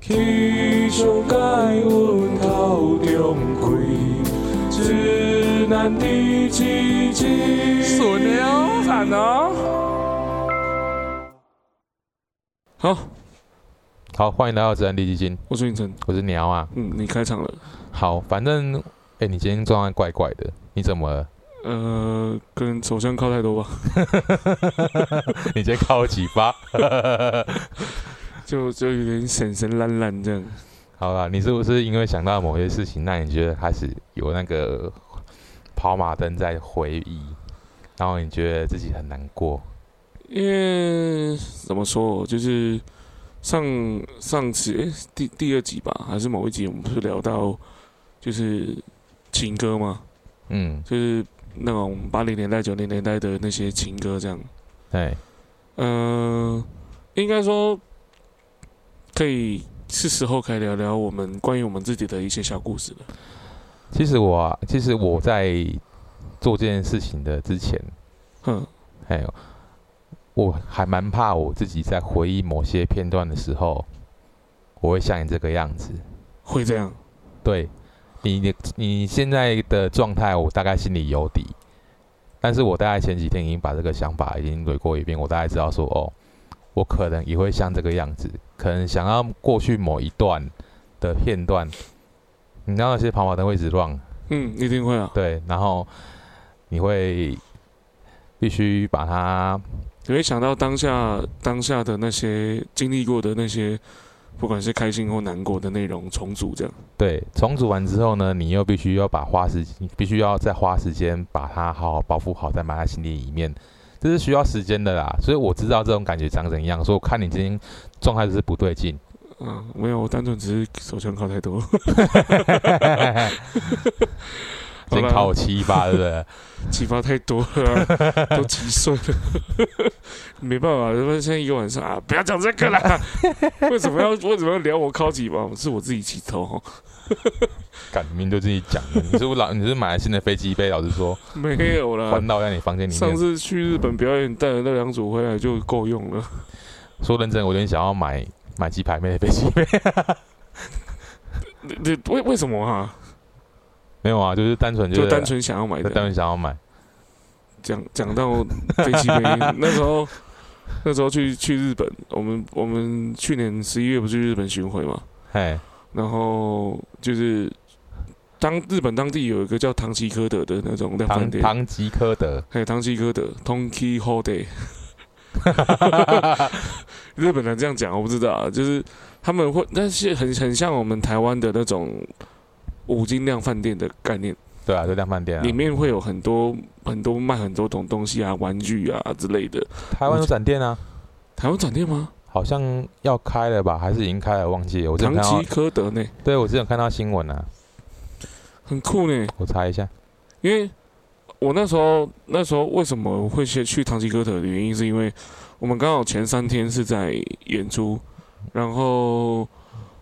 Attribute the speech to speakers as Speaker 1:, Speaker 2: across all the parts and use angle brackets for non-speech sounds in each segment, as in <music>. Speaker 1: 起想解阮头中开，只难知知知。
Speaker 2: 损的哦
Speaker 1: 惨哦！好，
Speaker 2: 好，欢迎来到自然地基金，
Speaker 1: 我是云晨。
Speaker 2: 我是鸟啊。
Speaker 1: 嗯，你开场了。
Speaker 2: 好，反正，哎、你今天状态怪怪的，你怎么了？ <laughs>
Speaker 1: 呃，跟首相靠太多吧， <laughs>
Speaker 2: 你今天靠几发？
Speaker 1: 就就有点神神懒懒这样。
Speaker 2: 好啦，你是不是因为想到某些事情，让你觉得开始有那个跑马灯在回忆，然后你觉得自己很难过？
Speaker 1: 因为怎么说，就是上上次、诶第第二集吧，还是某一集，我们不是聊到就是情歌嘛，
Speaker 2: 嗯，
Speaker 1: 就是那种八零年代、九零年代的那些情歌这样。
Speaker 2: 对，
Speaker 1: 嗯，应该说可以是时候可以聊聊我们关于我们自己的一些小故事了。
Speaker 2: 其实我、啊，其实我在做这件事情的之前，
Speaker 1: 嗯，
Speaker 2: 哎呦，我还蛮怕我自己在回忆某些片段的时候，我会像你这个样子。
Speaker 1: 会这样，
Speaker 2: 对你，你你现在的状态，我大概心里有底。但是我大概前几天已经把这个想法已经捋过一遍，我大概知道说，哦，我可能也会像这个样子，可能想要过去某一段的片段，你知道那些跑马灯会一直乱，
Speaker 1: 嗯，一定会啊，
Speaker 2: 对，然后你会必须把它
Speaker 1: 你会想到当下当下的那些经历过的那些，不管是开心或难过的内容重组这样。
Speaker 2: 对，重组完之后呢，你又必须要把花时，你必须要再花时间把它好好保护好，再埋在心里里面，这是需要时间的啦。所以我知道这种感觉长怎样，所以我看你今天状态就是不对
Speaker 1: <laughs>
Speaker 2: 劲。
Speaker 1: 嗯，没有，我单纯只是手枪靠太多。
Speaker 2: 今天考我七八，对不对？
Speaker 1: 启发太多了啊、
Speaker 2: <laughs>
Speaker 1: 都几岁了， <laughs> 没办法，他们现在一个晚上啊，不要讲这个
Speaker 2: <laughs>
Speaker 1: 啦，为什么要为什么要聊我靠几吧？是我自己起头哦，
Speaker 2: 感明就自己讲的，你是不是老？你是不是买了新的飞机杯？老实
Speaker 1: <laughs>
Speaker 2: 说，
Speaker 1: 没有啦
Speaker 2: 关。到在你房间里
Speaker 1: 呃上
Speaker 2: 面。
Speaker 1: 次去日本表演带的那两组回来就够用了，
Speaker 2: 说认真，我有点想要买买鸡排妹的飞机杯。
Speaker 1: 那那为为什么啊？
Speaker 2: 没有啊，就是单纯
Speaker 1: 就是单纯想要买
Speaker 2: 就单
Speaker 1: 的。
Speaker 2: 纯想要买。
Speaker 1: 讲讲到飞机
Speaker 2: <laughs>
Speaker 1: 杯，那时候那时候去去日本，我们我们去年十一月不是去日本巡回嘛，
Speaker 2: 嘿，
Speaker 1: 然后就是当日本当地有一个叫唐吉诃德的那种量贩
Speaker 2: 唐
Speaker 1: 店，
Speaker 2: 唐吉诃德。
Speaker 1: 还有唐吉诃德 （Tonki h o d
Speaker 2: <laughs>
Speaker 1: e 日本人这样讲，我不知道啊，就是他们会，但是很很像我们台湾的那种五金量饭店的概念，
Speaker 2: 对啊，就量贩店啊。
Speaker 1: 里面会有很多很多卖很多种东西啊，玩具啊之类的。
Speaker 2: 台湾有展店啊，
Speaker 1: 台湾展店吗？
Speaker 2: 好像要开了吧，还是已经开了，忘记了。我之前啊
Speaker 1: 唐
Speaker 2: 看
Speaker 1: 吉
Speaker 2: 到，
Speaker 1: 诃德呢，
Speaker 2: 对我之前有看到新闻啊，
Speaker 1: 很酷呢，
Speaker 2: 我查一下。
Speaker 1: 因为。我那时候，那时候为什么会先去唐吉诃德的原因，是因为我们刚好前三天是在演出，然后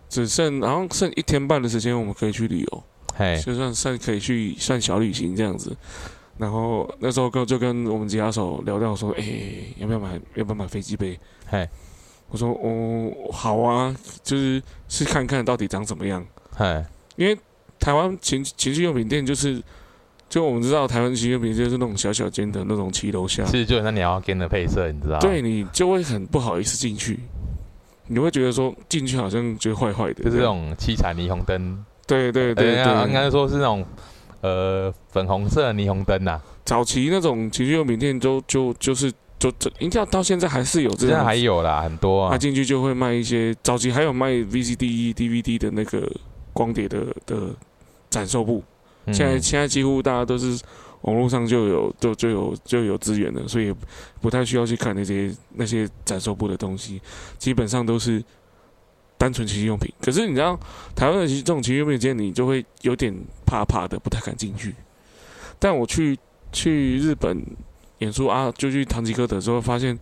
Speaker 1: 只剩好像剩一天半的时间，我们可以去旅游，
Speaker 2: 嘿，
Speaker 1: 就算算可以去算小旅行这样子。然后那时候跟就跟我们吉他手聊到说，哎、要不要买要不要买飞机杯？
Speaker 2: 嘿，
Speaker 1: 我说哦，好啊，就是是看看到底长怎么样。
Speaker 2: 嘿，
Speaker 1: 因为台湾情情趣用品店就是，就我们知道台湾情趣用品店就是那种小小间的那种骑楼下，
Speaker 2: 其实就很像你要跟的配色，你知道吗？
Speaker 1: 对，你就会很不好意思进去，你会觉得说进去好像觉得坏坏的，
Speaker 2: 就是这种七彩霓虹灯，
Speaker 1: 对对对对
Speaker 2: 呃应该说是那种呃粉红色的霓虹灯呐、啊，
Speaker 1: 早期那种情趣用品店就就就是就就应该到现在还是有这
Speaker 2: 现在
Speaker 1: 样，
Speaker 2: 还有啦，很多
Speaker 1: 他
Speaker 2: 啊。
Speaker 1: 进去就会卖一些，早期还有卖 VCD、DVD 的那个光碟的的展售部，
Speaker 2: 嗯
Speaker 1: 现在现在几乎大家都是网络上就有就就有就有资源了，所以也不太需要去看那些那些展售部的东西，基本上都是单纯情趣用品。可是你知道，台湾的这种情趣用品店，你就会有点怕怕的，不太敢进去。但我去去日本演出啊，就去唐吉诃德之后，发现，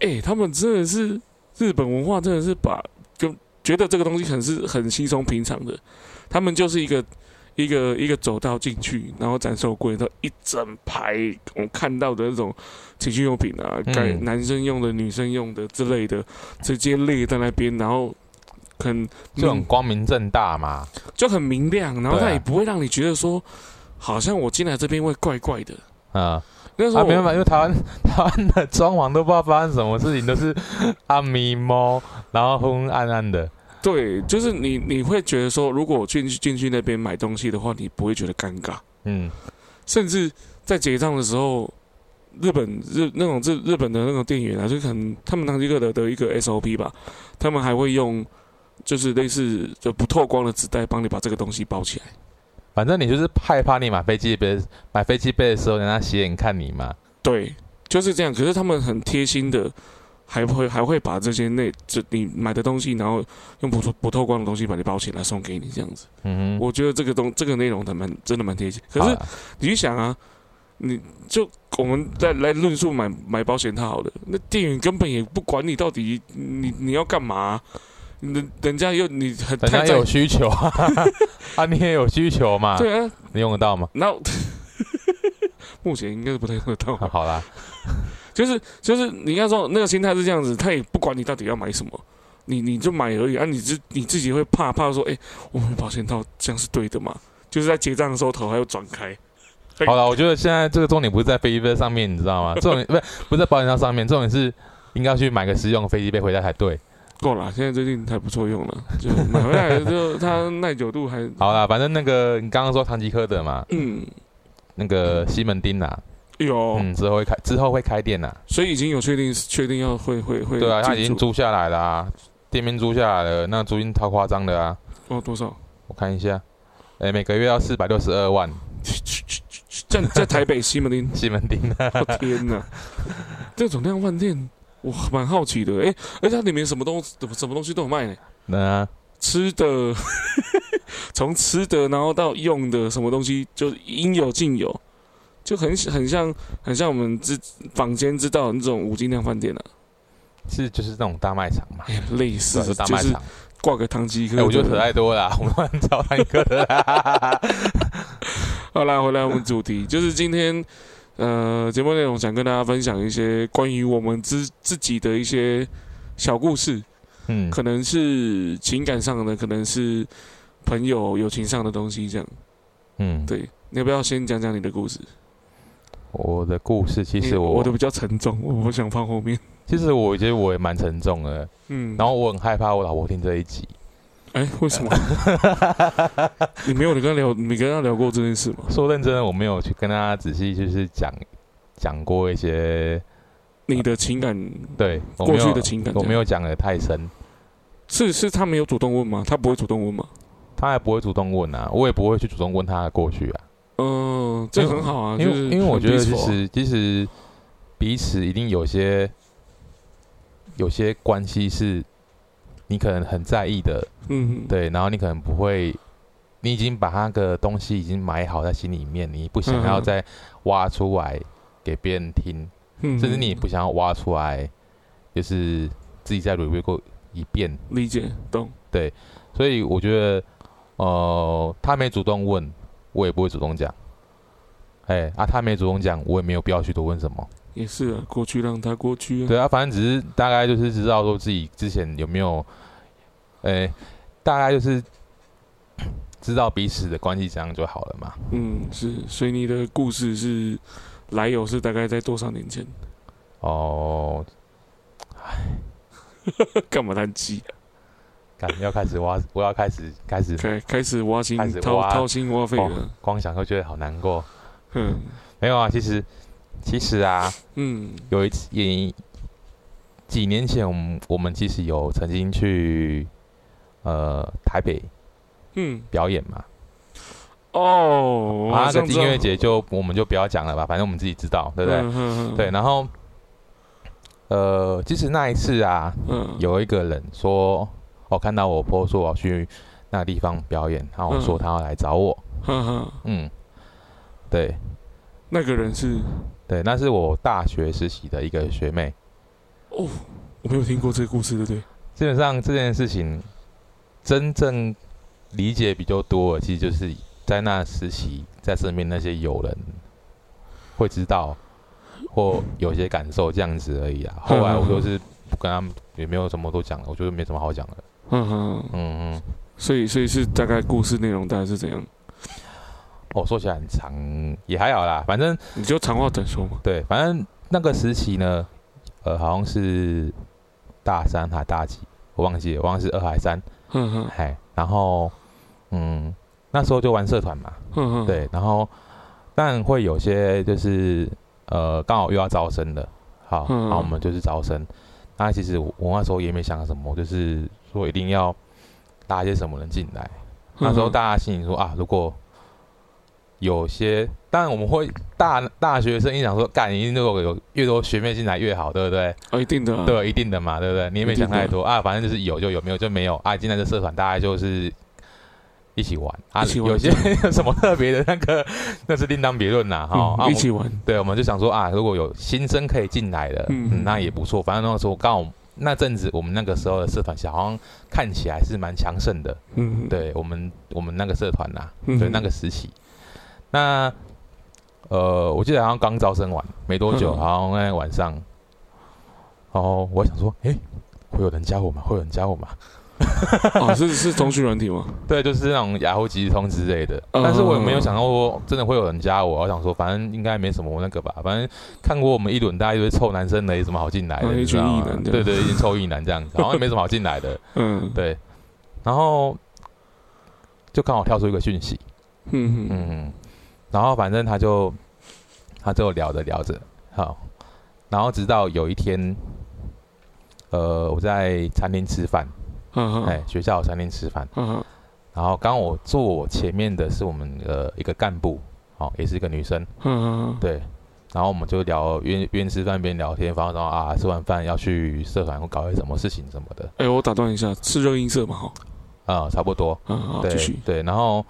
Speaker 1: 哎、他们真的是日本文化，真的是把就觉得这个东西很是很稀松平常的，他们就是一个一个一个走道进去，然后展售柜，然后一整排我看到的那种情趣用品啊，
Speaker 2: 嗯
Speaker 1: 该男生用的、女生用的之类的，直接列在那边，然后很
Speaker 2: 就很光明正大嘛。
Speaker 1: 就很明亮，然后
Speaker 2: 对啊
Speaker 1: 它也不会让你觉得说，好像我进来这边会怪怪的。
Speaker 2: 嗯，
Speaker 1: 那时候
Speaker 2: 啊，
Speaker 1: 我
Speaker 2: 没办法，因为台湾 <laughs> 台湾的装潢都不知道发生什么事情，都是暗迷蒙，然后昏昏暗暗的。
Speaker 1: 对，就是你你会觉得说，如果我进去进去那边买东西的话，你不会觉得尴尬，
Speaker 2: 嗯，
Speaker 1: 甚至在结账的时候，日本日那种日日本的那种店员啊，就可能他们当地个的的一个 SOP 吧，他们还会用就是类似就不透光的纸袋帮你把这个东西包起来。
Speaker 2: 反正你就是害怕你买飞机杯，买飞机杯的时候人家斜眼看你嘛。
Speaker 1: 对，就是这样。可是他们很贴心的，还会还会把这些内这你买的东西，然后用不透不透光的东西把你包起来送给你这样子。
Speaker 2: 嗯哼，
Speaker 1: 我觉得这个东这个内容还蛮真的蛮贴心。可
Speaker 2: 好
Speaker 1: 是
Speaker 2: 啦
Speaker 1: 你去想啊，你就我们再来论述买买保险套好了，那店员根本也不管你到底你你要干嘛、人人家又你很
Speaker 2: 人
Speaker 1: 太
Speaker 2: 家
Speaker 1: 在
Speaker 2: 有需
Speaker 1: <laughs>
Speaker 2: 求啊， <laughs> 啊，你也有需求嘛，
Speaker 1: 对啊，
Speaker 2: 你用得到吗？
Speaker 1: 那 <laughs> 目前应该是不太用得到吧
Speaker 2: 啊、好啦，
Speaker 1: 就是就是你要说那个心态是这样子，他也不管你到底要买什么，你你就买而已啊，你自你自己会怕怕说，哎、我买保险套这样是对的吗？就是在结账的时候头还要转开，对
Speaker 2: 好了，我觉得现在这个重点不是在飞机杯上面，你知
Speaker 1: <laughs>
Speaker 2: 道吗？重点不是不是在保险套上面，重点是应该去买个实用的飞机杯回家才对。
Speaker 1: 够了，现在最近还不错用了，就买回来
Speaker 2: <laughs>
Speaker 1: 就它耐久度还
Speaker 2: 好啦，反正那个你刚刚说唐吉诃德嘛，
Speaker 1: 嗯
Speaker 2: 那个西门町呐，
Speaker 1: 有，
Speaker 2: 嗯，之后会开之后会开店呐，
Speaker 1: 所以已经有确定确定要会会会
Speaker 2: 对啊，他已经
Speaker 1: 租
Speaker 2: 租下来了啊，店面租下来了，那租金超夸张的啊，
Speaker 1: 哦多少？
Speaker 2: 我看一下，哎，每个月要四百六十二万，
Speaker 1: 在在台北西门
Speaker 2: <laughs>
Speaker 1: 町，
Speaker 2: 西门町啊，
Speaker 1: 我、天哪，这种量饭店我蛮好奇的，哎、而且它里面什么东什么东西都有卖呢、
Speaker 2: 那
Speaker 1: 吃的， <laughs> 从吃的然后到用的什么东西，就应有尽有，就很很像很像我们之坊间知道的那种五金量饭店啊，
Speaker 2: 是就是那种大卖场嘛，
Speaker 1: 哎呀类似
Speaker 2: 是大
Speaker 1: 就
Speaker 2: 卖
Speaker 1: 是
Speaker 2: 场。
Speaker 1: 挂个唐吉诃
Speaker 2: 哎、
Speaker 1: 德。
Speaker 2: 我觉得可爱多了啦， <laughs> 我们乱找堂
Speaker 1: <laughs>
Speaker 2: 哥的啦。
Speaker 1: 好啦，回来我们主
Speaker 2: <laughs>
Speaker 1: 题，就是今天呃节目内容想跟大家分享一些关于我们自自己的一些小故事，
Speaker 2: 嗯，
Speaker 1: 可能是情感上的，可能是朋友友情上的东西，这样。
Speaker 2: 嗯，
Speaker 1: 对，你要不要先讲讲你的故事？
Speaker 2: 我的故事其实
Speaker 1: 因为
Speaker 2: 我，
Speaker 1: 我的比较沉重，我不想放后
Speaker 2: <laughs>
Speaker 1: 面。
Speaker 2: 其实我觉得我也蛮沉重的，
Speaker 1: 嗯，
Speaker 2: 然后我很害怕我老婆听这一集，
Speaker 1: 哎、为
Speaker 2: <laughs>
Speaker 1: 什么？你没有你跟他聊，你跟他聊过这件事吗？
Speaker 2: 说认真的，我没有去跟她仔细就是讲讲过一些，
Speaker 1: 你的情感
Speaker 2: 对，我
Speaker 1: 过
Speaker 2: 没有
Speaker 1: 去的情感这样，
Speaker 2: 我没有讲的太深，
Speaker 1: 是是他没有主动问吗？他不会主动问吗？
Speaker 2: 她还不会主动问啊，我也不会去主动问她的过去啊，
Speaker 1: 嗯、这
Speaker 2: 因为
Speaker 1: 很好啊，
Speaker 2: 因为
Speaker 1: 就是
Speaker 2: 因为我觉得
Speaker 1: 很
Speaker 2: 其
Speaker 1: peaceful 啊
Speaker 2: 实其实彼此一定有些有些关系是你可能很在意的。
Speaker 1: 嗯，
Speaker 2: 对，然后你可能不会，你已经把那个东西已经埋好在心里面，你不想要
Speaker 1: 嗯
Speaker 2: 再挖出来给别人听，
Speaker 1: 嗯
Speaker 2: 甚至你也不想要挖出来，就是自己再 review 过一遍。
Speaker 1: 理解懂，
Speaker 2: 所以我觉得，呃，他没主动问，我也不会主动讲。哎，啊，他没主动讲，我也没有必要去多问什么。
Speaker 1: 也是啊，过去让他过去啊。
Speaker 2: 对啊，反正只是大概就是知道说自己之前有没有，哎，大概就是知道彼此的关系这样就好了嘛。
Speaker 1: 嗯，是，所以你的故事是来由是大概在多少年前？ <laughs>
Speaker 2: 哦，
Speaker 1: 干嘛叹气？
Speaker 2: 感要开始挖，我要开始开始，
Speaker 1: 开开始挖心
Speaker 2: 开始，
Speaker 1: 掏
Speaker 2: 挖哦
Speaker 1: 掏心挖肺了。
Speaker 2: 光想就觉得好难过。
Speaker 1: 嗯
Speaker 2: 没有啊，其实其实啊，
Speaker 1: 嗯
Speaker 2: 有一次也几年前，我们我们其实有曾经去呃台北
Speaker 1: 嗯，
Speaker 2: 表演嘛，
Speaker 1: 哦，我
Speaker 2: 啊，
Speaker 1: 好
Speaker 2: 那
Speaker 1: 像
Speaker 2: 个
Speaker 1: 知
Speaker 2: 音
Speaker 1: 道
Speaker 2: 乐节就我们就不要讲了吧，反正我们自己知道，对不对？
Speaker 1: 嗯
Speaker 2: 对，，然后呃，其实那一次啊，
Speaker 1: 嗯，
Speaker 2: 有一个人说，我、看到我婆说我要去那个地方表演，然后我说他要来找我，
Speaker 1: 哈哈，
Speaker 2: 嗯，对
Speaker 1: 那个人是，
Speaker 2: 对，那是我大学实习的一个学妹。
Speaker 1: 我没有听过这个故事，对不对？
Speaker 2: 基本上这件事情真正理解比较多的，其实就是在那实习，在身边那些友人会知道或有些感受这样子而已啊。后来我就是不跟他们也没有什么都讲了，我觉得没什么好讲的。
Speaker 1: 嗯哼，
Speaker 2: 嗯嗯，
Speaker 1: 所以所以是大概故事内容大概是怎样？
Speaker 2: 哦，说起来很长，也还好啦，反正
Speaker 1: 你就长话短说嘛。
Speaker 2: 对，反正那个时期呢，呃，好像是大三还大几，我忘记了，我忘记是二还三，
Speaker 1: 嗯哼，
Speaker 2: 哎，然后嗯，那时候就玩社团嘛，
Speaker 1: 嗯哼，，
Speaker 2: 对，然后但会有些就是呃，刚好又要招生了，好，
Speaker 1: 嗯
Speaker 2: 然后我们就是招生。那其实我我那时候也没想什么，就是说一定要拉一些什么人进来。
Speaker 1: 嗯
Speaker 2: 那时候大家心里说啊，如果有些，当然我们会大大学生一想说，干，一定如果有越多学妹进来越好，对不对？
Speaker 1: 哦，一定的啊，
Speaker 2: 对，一定的嘛，对不对？你也没想太多啊，反正就是有就有，没有就没有啊。进来这社团大家就是一起玩啊，
Speaker 1: 一起玩
Speaker 2: 有些 <laughs> 有什么特别的那个， <laughs> 那是另当别论啦。哈、啊，
Speaker 1: 嗯，
Speaker 2: 我
Speaker 1: 一
Speaker 2: 们
Speaker 1: 起玩，
Speaker 2: 对，我们就想说啊，如果有新生可以进来的，
Speaker 1: 嗯
Speaker 2: 嗯那也不错。反正那时候刚好那阵子，我们那个时候的社团小好像看起来是蛮强盛的。
Speaker 1: 嗯，，
Speaker 2: 对我们我们那个社团呐、
Speaker 1: 嗯
Speaker 2: 对那个时期，那呃，我记得好像刚招生完没多久，
Speaker 1: 嗯
Speaker 2: 好像那天晚上，然后我想说，诶，会有人加我吗？会有人加我吗？ <laughs>
Speaker 1: 哦，是是通讯软体吗？
Speaker 2: 对，就是那种雅虎即时通之类的，
Speaker 1: 嗯
Speaker 2: <laughs> 但是我也没有想到说真的会有人加我，我想说反正应该没什么那个吧，反正看过我们一轮大家一堆臭男生的，有什么好进来的？
Speaker 1: 嗯
Speaker 2: 你知道吗
Speaker 1: 一群异男这
Speaker 2: 对
Speaker 1: 样
Speaker 2: 对，一群臭异男这样子，好像也没什么好进来的，
Speaker 1: 嗯，
Speaker 2: 对，然后就刚好跳出一个讯息。
Speaker 1: 嗯嗯
Speaker 2: 嗯，然后反正他就他就聊着聊着，好，然后直到有一天，呃，我在餐厅吃饭，
Speaker 1: 嗯，
Speaker 2: 哎、学校的餐厅吃饭，
Speaker 1: 嗯
Speaker 2: 然后刚好我坐我前面的是我们呃一个干部，哦，也是一个女生，
Speaker 1: 嗯，
Speaker 2: 对，然后我们就聊边边吃饭边聊天，然后然后啊吃完饭要去社团搞些什么事情什么的，
Speaker 1: 哎，我打断一下，是热音社嘛？哈，
Speaker 2: 啊、差不多，
Speaker 1: 嗯，好，继
Speaker 2: 对
Speaker 1: 续，
Speaker 2: 对，然后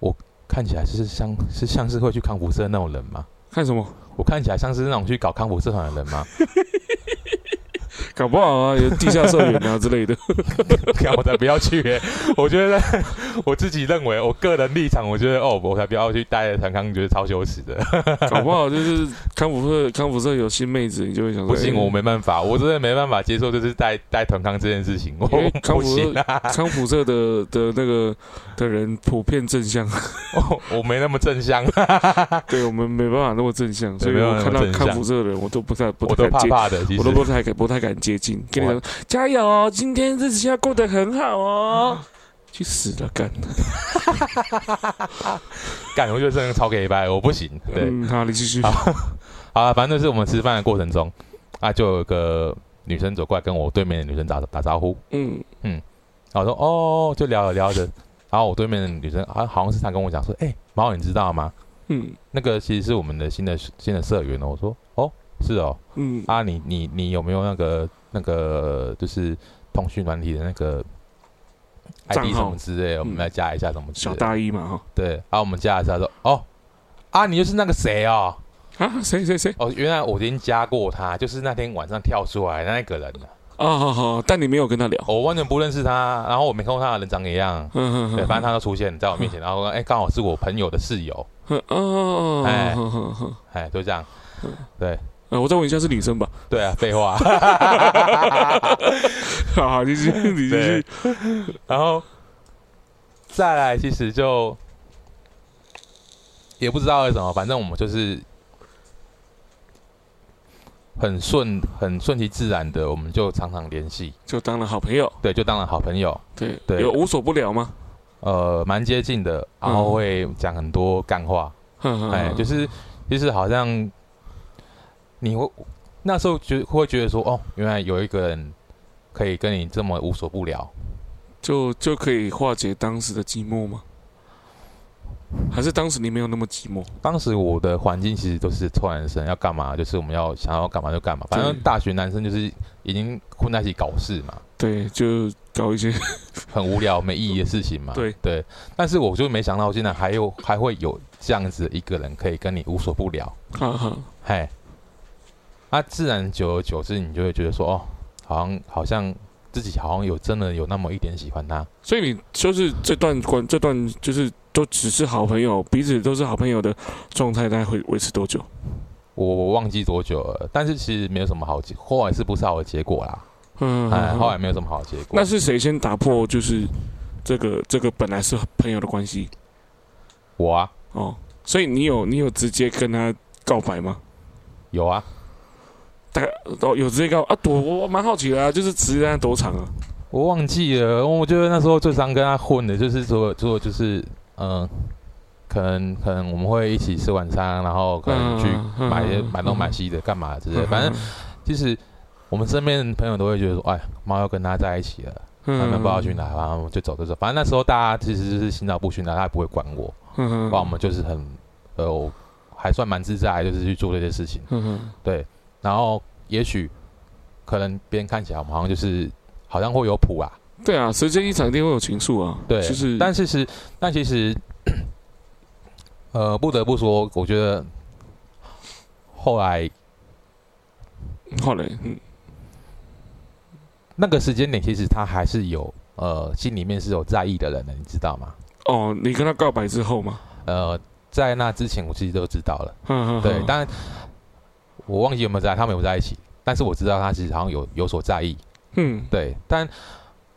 Speaker 2: 我看起来是像是像是会去康复社那种人吗？
Speaker 1: 看什么？
Speaker 2: 我看起来像是那种去搞康复社团的人吗？ <laughs>
Speaker 1: 搞不好啊，有地下社员啊
Speaker 2: <laughs>
Speaker 1: 之类的。
Speaker 2: 看我才不要去、欸！我觉得 <laughs> 我自己认为，我个人立场，我觉得哦，我才不要去待在团康，觉得超羞耻的。
Speaker 1: 搞不好就是康复社，康复社有新妹子，你就会想说，
Speaker 2: 不行，
Speaker 1: 哎
Speaker 2: 我没办法，我真的没办法接受，就是待待团康这件事情，我
Speaker 1: 因为康
Speaker 2: 不
Speaker 1: 复社
Speaker 2: 行啊，
Speaker 1: 康复社的的那个的人普遍正向，
Speaker 2: <laughs> 我我没那么
Speaker 1: <laughs>
Speaker 2: 正向，
Speaker 1: 对我们没办法那么正向，所以
Speaker 2: 没办
Speaker 1: 我
Speaker 2: 法
Speaker 1: 看
Speaker 2: 那
Speaker 1: 到
Speaker 2: 么正向
Speaker 1: 康复社的人，我都不太不
Speaker 2: 我
Speaker 1: 太
Speaker 2: 都
Speaker 1: 敢
Speaker 2: 怕
Speaker 1: 接，
Speaker 2: 怕的。其
Speaker 1: 我都
Speaker 2: 实
Speaker 1: 不太敢不太敢接近。跟你讲，加油哦，今天日子要过得很好哦。去死了，干！
Speaker 2: 感觉就是超给掰，我不行。对，
Speaker 1: 嗯，好，你继续。
Speaker 2: 好好啊，反正就是我们吃饭的过程中，啊，就有个女生走过来跟我对面的女生打打招呼，
Speaker 1: 嗯
Speaker 2: 然后我说哦，就聊着聊着，然后我对面的女生啊，好像是她跟我讲说，哎、毛你知道吗？
Speaker 1: 嗯
Speaker 2: 那个其实是我们的新的新的社员哦。我说哦，是哦，
Speaker 1: 嗯，
Speaker 2: 啊，你你你有没有那个那个就是通讯软体的那个
Speaker 1: 账
Speaker 2: ID
Speaker 1: 号
Speaker 2: 什么之类的，我们来加一下什么之
Speaker 1: 小
Speaker 2: 类的。
Speaker 1: 大一嘛哈
Speaker 2: 对，啊，我们加一下说哦，啊，你就是那个谁哦。
Speaker 1: 啊，谁谁谁
Speaker 2: 哦，原来我已经加过他，就是那天晚上跳出来的那个人啊、
Speaker 1: 啊？好好，但你没有跟他聊。
Speaker 2: 我完全不认识他，然后我没看过他的人长一样，
Speaker 1: 嗯嗯
Speaker 2: 对，
Speaker 1: 嗯，
Speaker 2: 反正他都出现在我面前，然后哎，刚好是我朋友的室友， <laughs>
Speaker 1: 嗯哦，
Speaker 2: 哎
Speaker 1: 哼哼哼
Speaker 2: 哎，就这样，
Speaker 1: 呃，我再问一下是女生吧？
Speaker 2: 对啊，废话，
Speaker 1: 好好，你继续，你继续
Speaker 2: 对。，然后再来，其实就也不知道为什么，反正我们就是很顺、很顺其自然的，我们就常常联系，
Speaker 1: 就当了好朋友，
Speaker 2: 对，就当了好朋友，
Speaker 1: 对
Speaker 2: 对
Speaker 1: 有无所不聊吗？
Speaker 2: 呃，蛮接近的，然后会讲很多干话，
Speaker 1: 嗯
Speaker 2: 哎，就是是就是好像你会那时候觉会觉得说，哦，原来有一个人可以跟你这么无所不聊，
Speaker 1: 就就可以化解当时的寂寞吗？还是当时你没有那么寂寞？
Speaker 2: 当时我的环境其实都是臭男生，要干嘛就是我们要想要干嘛就干嘛，反正
Speaker 1: 对
Speaker 2: 大学男生就是已经混在一起搞事嘛，
Speaker 1: 对，就搞一些，
Speaker 2: 啊很无聊没意义的事情嘛。
Speaker 1: <laughs> 对
Speaker 2: 对，但是我就没想到，竟然还有还会有这样子一个人可以跟你无所不聊，
Speaker 1: 哈哈，
Speaker 2: 嘿，啊，自然久而久之，你就会觉得说，哦，好像好像自己好像有真的有那么一点喜欢他，
Speaker 1: 所以你就是这段关，这段就是都只是好朋友，彼此都是好朋友的状态，大概会维持多久？
Speaker 2: 我我忘记多久了，但是其实没有什么好结，后来是不是好的结果啦？
Speaker 1: 嗯，
Speaker 2: 哎，
Speaker 1: 嗯
Speaker 2: 后来没有什么好结果。
Speaker 1: 那是谁先打破就是这个这个本来是朋友的关系
Speaker 2: 我啊，
Speaker 1: 哦？所以你有你有直接跟他告白吗？
Speaker 2: 有啊，
Speaker 1: 大概哦有直接告啊？躲我我蛮好奇的啊，就是直接多长啊？
Speaker 2: 我忘记了。我觉得那时候最常跟他混的就是说，说就是嗯、可能可能我们会一起吃晚餐，然后可能去
Speaker 1: 嗯
Speaker 2: 买一些
Speaker 1: 嗯
Speaker 2: 买东买西的，干嘛之类的。反正其实我们身边的朋友都会觉得说，哎，猫要跟他在一起了，
Speaker 1: 嗯
Speaker 2: 他们不知道去哪，然后我们就走就走。反正那时候大家其实就是心照不宣的，他也不会管我，
Speaker 1: 嗯
Speaker 2: 不然我们就是很呃，我还算蛮自在，就是去做这些事情。
Speaker 1: 嗯嗯
Speaker 2: 对，然后也许可能别人看起来我们好像就是好像会有谱啊，
Speaker 1: 对啊，时间一长一定会有情愫啊。
Speaker 2: 对，
Speaker 1: 就是
Speaker 2: 但其实但其实，呃，不得不说，我觉得后来
Speaker 1: 后来，嗯
Speaker 2: 那个时间点，其实他还是有呃心里面是有在意的人的，你知道吗？
Speaker 1: 哦，你跟他告白之后嘛，
Speaker 2: 呃，在那之前我其实都知道了，
Speaker 1: 嗯
Speaker 2: 对，当然我忘记有没有在，他们有没有在一起，但是我知道他其实好像有有所在意，
Speaker 1: 嗯
Speaker 2: 对，但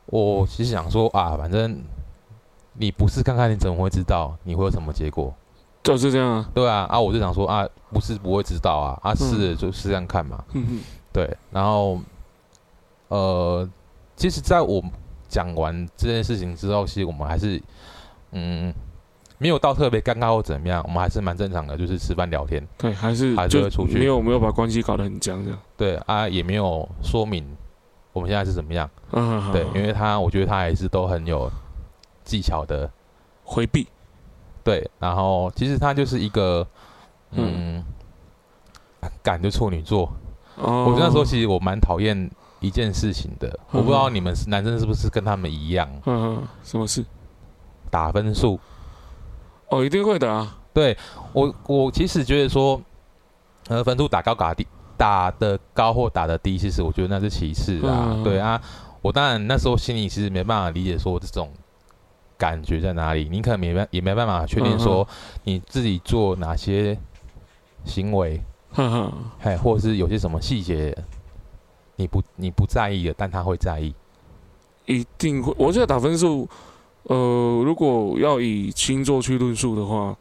Speaker 2: 我其实想说啊，反正你不试看看，你怎么会知道你会有什么结果？
Speaker 1: 就是这样啊，
Speaker 2: 对啊，啊，我就想说啊，不是不会知道啊，啊试了就试看看嘛。
Speaker 1: 嗯
Speaker 2: 对，然后呃，其实在我讲完这件事情之后，其实我们还是嗯，没有到特别尴尬或怎么样，我们还是蛮正常的，就是吃饭聊天。
Speaker 1: 对，还是
Speaker 2: 还是
Speaker 1: 就
Speaker 2: 会出去
Speaker 1: 没有没有把关系搞得很僵这样，
Speaker 2: 对啊，也没有说明我们现在是怎么样。
Speaker 1: 嗯，
Speaker 2: 对，因为他我觉得他还是都很有技巧的
Speaker 1: 回避，
Speaker 2: 对，然后其实他就是一个，嗯，感就处女座。
Speaker 1: 哦，
Speaker 2: 我那时候其实我蛮讨厌一件事情的，我不知道你们是男生是不是跟他们一样
Speaker 1: 嗯，嗯，什么事？
Speaker 2: 打分数。
Speaker 1: 哦，一定会的啊，
Speaker 2: 对我，我其实觉得说，呃，分数打高打低，打的高或打的低，其实我觉得那是歧视啊。
Speaker 1: 嗯
Speaker 2: 对啊，我当然那时候心里其实没办法理解说这种感觉在哪里，你可能没办也没办法确
Speaker 1: 嗯
Speaker 2: 定说你自己做哪些行为，
Speaker 1: 哈哈，
Speaker 2: 嘿，或是有些什么细节你不你不在意的，但他会在意。
Speaker 1: 一定会。我觉得打分数，呃，如果要以星座去论述的话，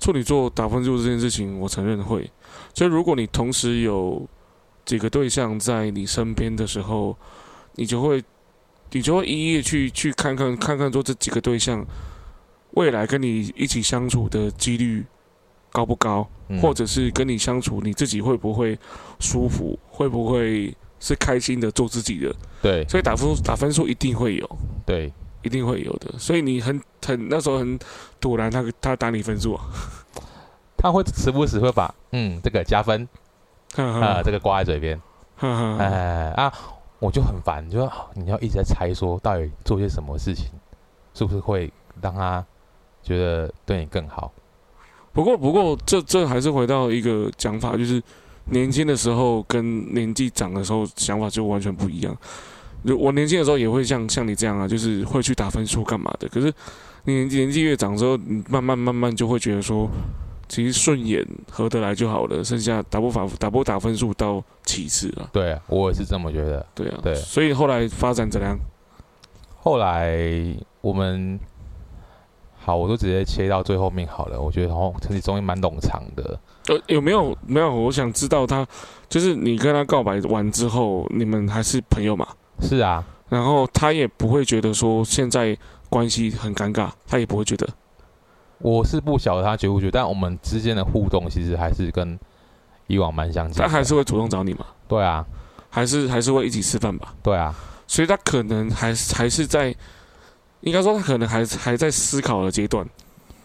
Speaker 1: 处女座打分数这件事情，我承认会。所以如果你同时有几个对象在你身边的时候，你就会你就会一一地去去看看看看，说这几个对象未来跟你一起相处的几率高不高？
Speaker 2: 嗯
Speaker 1: 或者是跟你相处，你自己会不会舒服，会不会是开心的做自己的，
Speaker 2: 对
Speaker 1: 所以打分打分数一定会有，
Speaker 2: 对，
Speaker 1: 一定会有的。所以你很很那时候很突然他，他打你分数啊，
Speaker 2: 他会时不时会把嗯这个加分
Speaker 1: 哈
Speaker 2: 啊、
Speaker 1: 哈
Speaker 2: 这个挂在嘴边。
Speaker 1: 哈哈，
Speaker 2: 哎啊，我就很烦，就啊你要一直在猜说到底做些什么事情，是不是会让他觉得对你更好？
Speaker 1: 不过不过这这还是回到一个讲法，就是年轻的时候跟年纪长的时候想法就完全不一样。就我年轻的时候也会像像你这样啊，就是会去打分数干嘛的。可是你年纪年纪越长之后，你慢慢慢慢就会觉得说，其实顺眼合得来就好了，剩下打不打打不打分数到其次啊了。
Speaker 2: 对我也是这么觉得。
Speaker 1: 对啊，
Speaker 2: 对
Speaker 1: 所以后来发展怎样？
Speaker 2: 后来我们好，我就直接切到最后面好了。我觉得哦，陈启终于蛮冗长的。
Speaker 1: 呃，有没有没有？我想知道他，就是你跟他告白完之后，你们还是朋友嘛？
Speaker 2: 是啊，
Speaker 1: 然后他也不会觉得说现在关系很尴尬，他也不会觉得。
Speaker 2: 我是不晓得他觉不觉得，但我们之间的互动其实还是跟以往蛮相近
Speaker 1: 他
Speaker 2: 的。
Speaker 1: 还是会主动找你嘛，
Speaker 2: 对啊，
Speaker 1: 还是还是会一起吃饭吧。
Speaker 2: 对啊，
Speaker 1: 所以他可能还是还是在，应该说他可能还还在思考的阶段，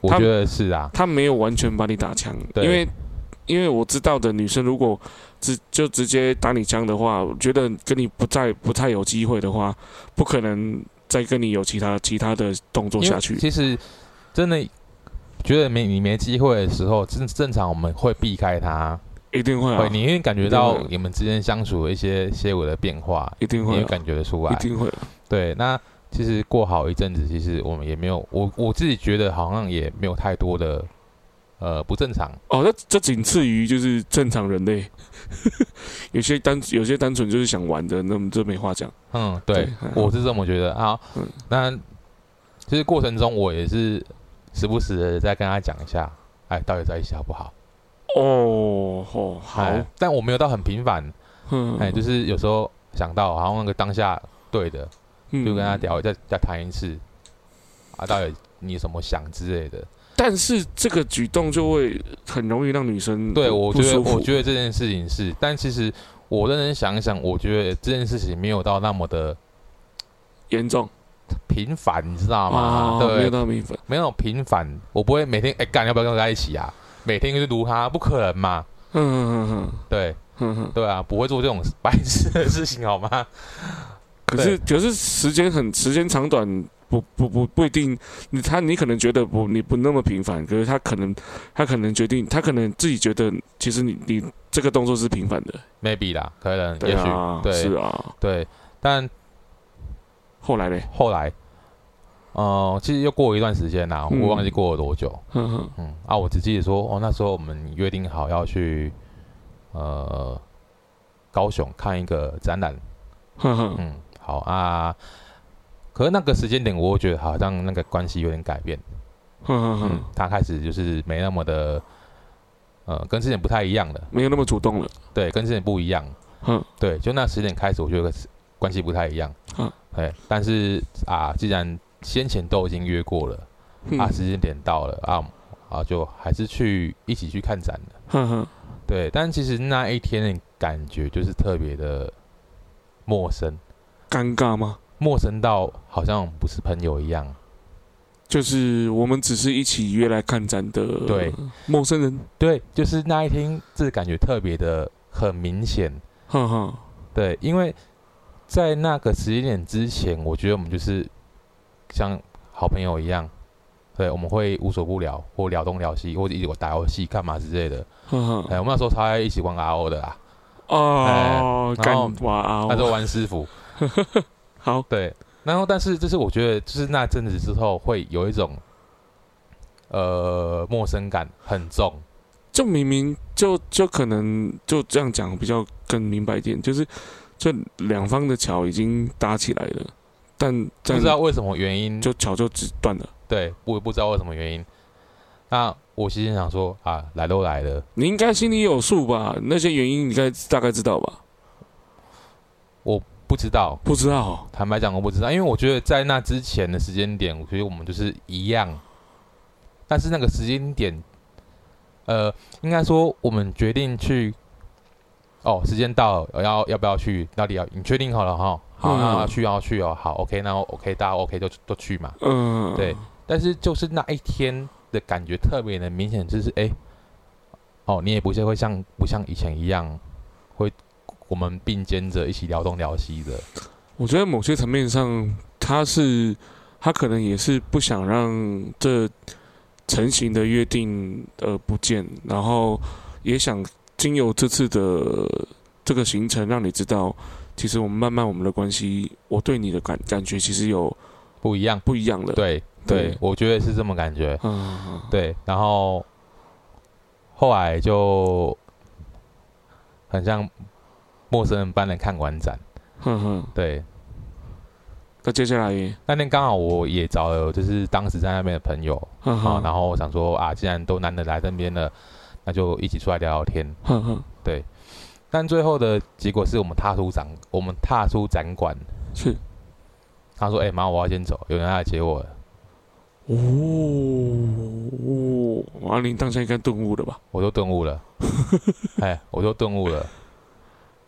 Speaker 2: 我
Speaker 1: 他
Speaker 2: 觉得是啊，
Speaker 1: 他没有完全把你打枪，
Speaker 2: 对
Speaker 1: 因为因为我知道的女生如果直就直接打你枪的话，我觉得跟你不再不太有机会的话，不可能再跟你有其他其他的动作
Speaker 2: 因为
Speaker 1: 下去。
Speaker 2: 其实真的觉得没你没机会的时候，正正常我们会避开他，
Speaker 1: 一定会啊
Speaker 2: 会，你会感觉
Speaker 1: 一
Speaker 2: 到
Speaker 1: 定会
Speaker 2: 你们之间相处的一些些微的变化，
Speaker 1: 一定
Speaker 2: 你
Speaker 1: 会
Speaker 2: 会
Speaker 1: 啊、
Speaker 2: 感觉得出
Speaker 1: 一
Speaker 2: 来。
Speaker 1: 定会啊、
Speaker 2: 对，那其实过好一阵子，其实我们也没有，我我自己觉得好像也没有太多的呃不正常。
Speaker 1: 哦，那这仅次于就是正常人类， <laughs> 有些单有些单纯就是想玩的，那么这没话讲。
Speaker 2: 嗯，对
Speaker 1: 对，哎还好
Speaker 2: 我是这么觉得啊
Speaker 1: 嗯。
Speaker 2: 那就是过程中我也是时不时的再跟他讲一下，哎，到底在一起好不好？
Speaker 1: 哦，哦，
Speaker 2: 哎
Speaker 1: 好，，
Speaker 2: 但我没有到很频繁，
Speaker 1: 嗯，
Speaker 2: 哎，就是有时候想到，好像那个当下对的，
Speaker 1: 嗯
Speaker 2: 就跟他聊，再再谈一次，啊，到底你有什么想之类的。
Speaker 1: 但是这个举动就会很容易让女生
Speaker 2: 对，
Speaker 1: 不
Speaker 2: 我觉得
Speaker 1: 不舒服
Speaker 2: 我觉得这件事情是，但其实我认真想一想，我觉得这件事情没有到那么的
Speaker 1: 严重
Speaker 2: 频繁，你知道吗？
Speaker 1: 啊，没有
Speaker 2: 对，
Speaker 1: 到米粉
Speaker 2: 没有频繁，我不会每天哎干要不要跟我在一起啊？每天就是撸他，不可能嘛？
Speaker 1: 嗯嗯
Speaker 2: 对
Speaker 1: 嗯嗯，
Speaker 2: 对啊，不会做这种白痴的事情好吗？
Speaker 1: 可是可是时间很时间长短不不不不一定，你他你可能觉得不你不那么频繁，可是他可能他可能决定他可能自己觉得其实你你这个动作是频繁的，
Speaker 2: maybe 啦，可能，
Speaker 1: 对
Speaker 2: 也许，
Speaker 1: 啊，
Speaker 2: 对
Speaker 1: 是啊，
Speaker 2: 对。但
Speaker 1: 后来嘞，
Speaker 2: 后来，呃，其实又过了一段时间啦，
Speaker 1: 嗯
Speaker 2: 我忘记过了多久。
Speaker 1: 嗯哼，
Speaker 2: 嗯，啊，我只记得说，哦，那时候我们约定好要去，呃，高雄看一个展览。
Speaker 1: 哼哼，
Speaker 2: 嗯，好啊。可是那个时间点，我觉得好像那个关系有点改变。
Speaker 1: 哼哼
Speaker 2: 嗯
Speaker 1: 哼，，
Speaker 2: 他开始就是没那么的，呃，跟之前不太一样了。
Speaker 1: 没有那么主动了，
Speaker 2: 对，跟之前不一样。
Speaker 1: 嗯，
Speaker 2: 对，就那时间开始，我觉得关系不太一样。
Speaker 1: 嗯，
Speaker 2: 哎，但是啊，既然先前都已经约过了，
Speaker 1: 嗯
Speaker 2: 啊，时间点到了啊啊，就还是去一起去看展了。
Speaker 1: 哼哼，
Speaker 2: 对，但其实那一天的感觉就是特别的陌生，
Speaker 1: 尴尬吗？
Speaker 2: 陌生到好像不是朋友一样。
Speaker 1: 就是我们只是一起约来看展的
Speaker 2: 对
Speaker 1: 陌生人，
Speaker 2: 对，就是那一天，这感觉特别的很明显。
Speaker 1: 哈哈，
Speaker 2: 对，因为在那个时间点之前，我觉得我们就是像好朋友一样，对，我们会无所不聊，或聊东聊西，或者一起打游戏干嘛之类的。
Speaker 1: 哈哈，
Speaker 2: 哎、我们那时候超爱一起玩 RO 的啦，
Speaker 1: 哦，
Speaker 2: 哎
Speaker 1: 干
Speaker 2: 然后
Speaker 1: 哇
Speaker 2: 那时候
Speaker 1: 哦，
Speaker 2: 玩师傅。
Speaker 1: 好，
Speaker 2: 对，然后但是就是我觉得，就是那阵子之后会有一种呃陌生感很重。
Speaker 1: 就明明就就可能就这样讲比较更明白一点，就是这两方的桥已经搭起来了，但
Speaker 2: 不
Speaker 1: 但
Speaker 2: 知道为什么原因，
Speaker 1: 就桥就只断了。
Speaker 2: 对，我也不知道为什么原因。那我心里想说啊，来都来了，
Speaker 1: 你应该心里有数吧？那些原因你应该大概知道吧？
Speaker 2: 不知道，
Speaker 1: 不知道
Speaker 2: 坦白讲我不知道，因为我觉得在那之前的时间点，我觉得我们就是一样，但是那个时间点，呃，应该说我们决定去，哦，时间到了，要要不要去？到底要你确定好了哈？好，
Speaker 1: 嗯
Speaker 2: 那要去要去哦，好，OK，那 OK，大家 OK 就都去嘛。
Speaker 1: 嗯、
Speaker 2: 对，但是就是那一天的感觉特别的明显，就是哎、哦，你也不是会像不像以前一样，会我们并肩着一起聊东聊西的，
Speaker 1: 我觉得某些层面上，他是他可能也是不想让这成型的约定呃不见，然后也想经由这次的这个行程，让你知道，其实我们慢慢我们的关系，我对你的感感觉其实有
Speaker 2: 不一样。
Speaker 1: 不一样了。，
Speaker 2: 对
Speaker 1: 对
Speaker 2: 对，我觉得是这么感觉。
Speaker 1: 嗯，
Speaker 2: 对，然后后来就很像陌生人般的看完展。
Speaker 1: 哼哼。
Speaker 2: 对，
Speaker 1: 那接下来，
Speaker 2: 那天刚好我也找了，就是当时在那边的朋友
Speaker 1: 哼
Speaker 2: 啊，
Speaker 1: 哼，
Speaker 2: 然后我想说啊，既然都难得来这边了，那就一起出来聊聊天。
Speaker 1: 哼哼，
Speaker 2: 但最后的结果是我们踏出展，我们踏出展馆，
Speaker 1: 是
Speaker 2: 他说：“哎、妈，我要先走，有人要来接我了。
Speaker 1: 哦哦，阿林当下应该顿悟了吧？”
Speaker 2: 我都顿悟
Speaker 1: <laughs>
Speaker 2: 了，哎，我都顿悟了。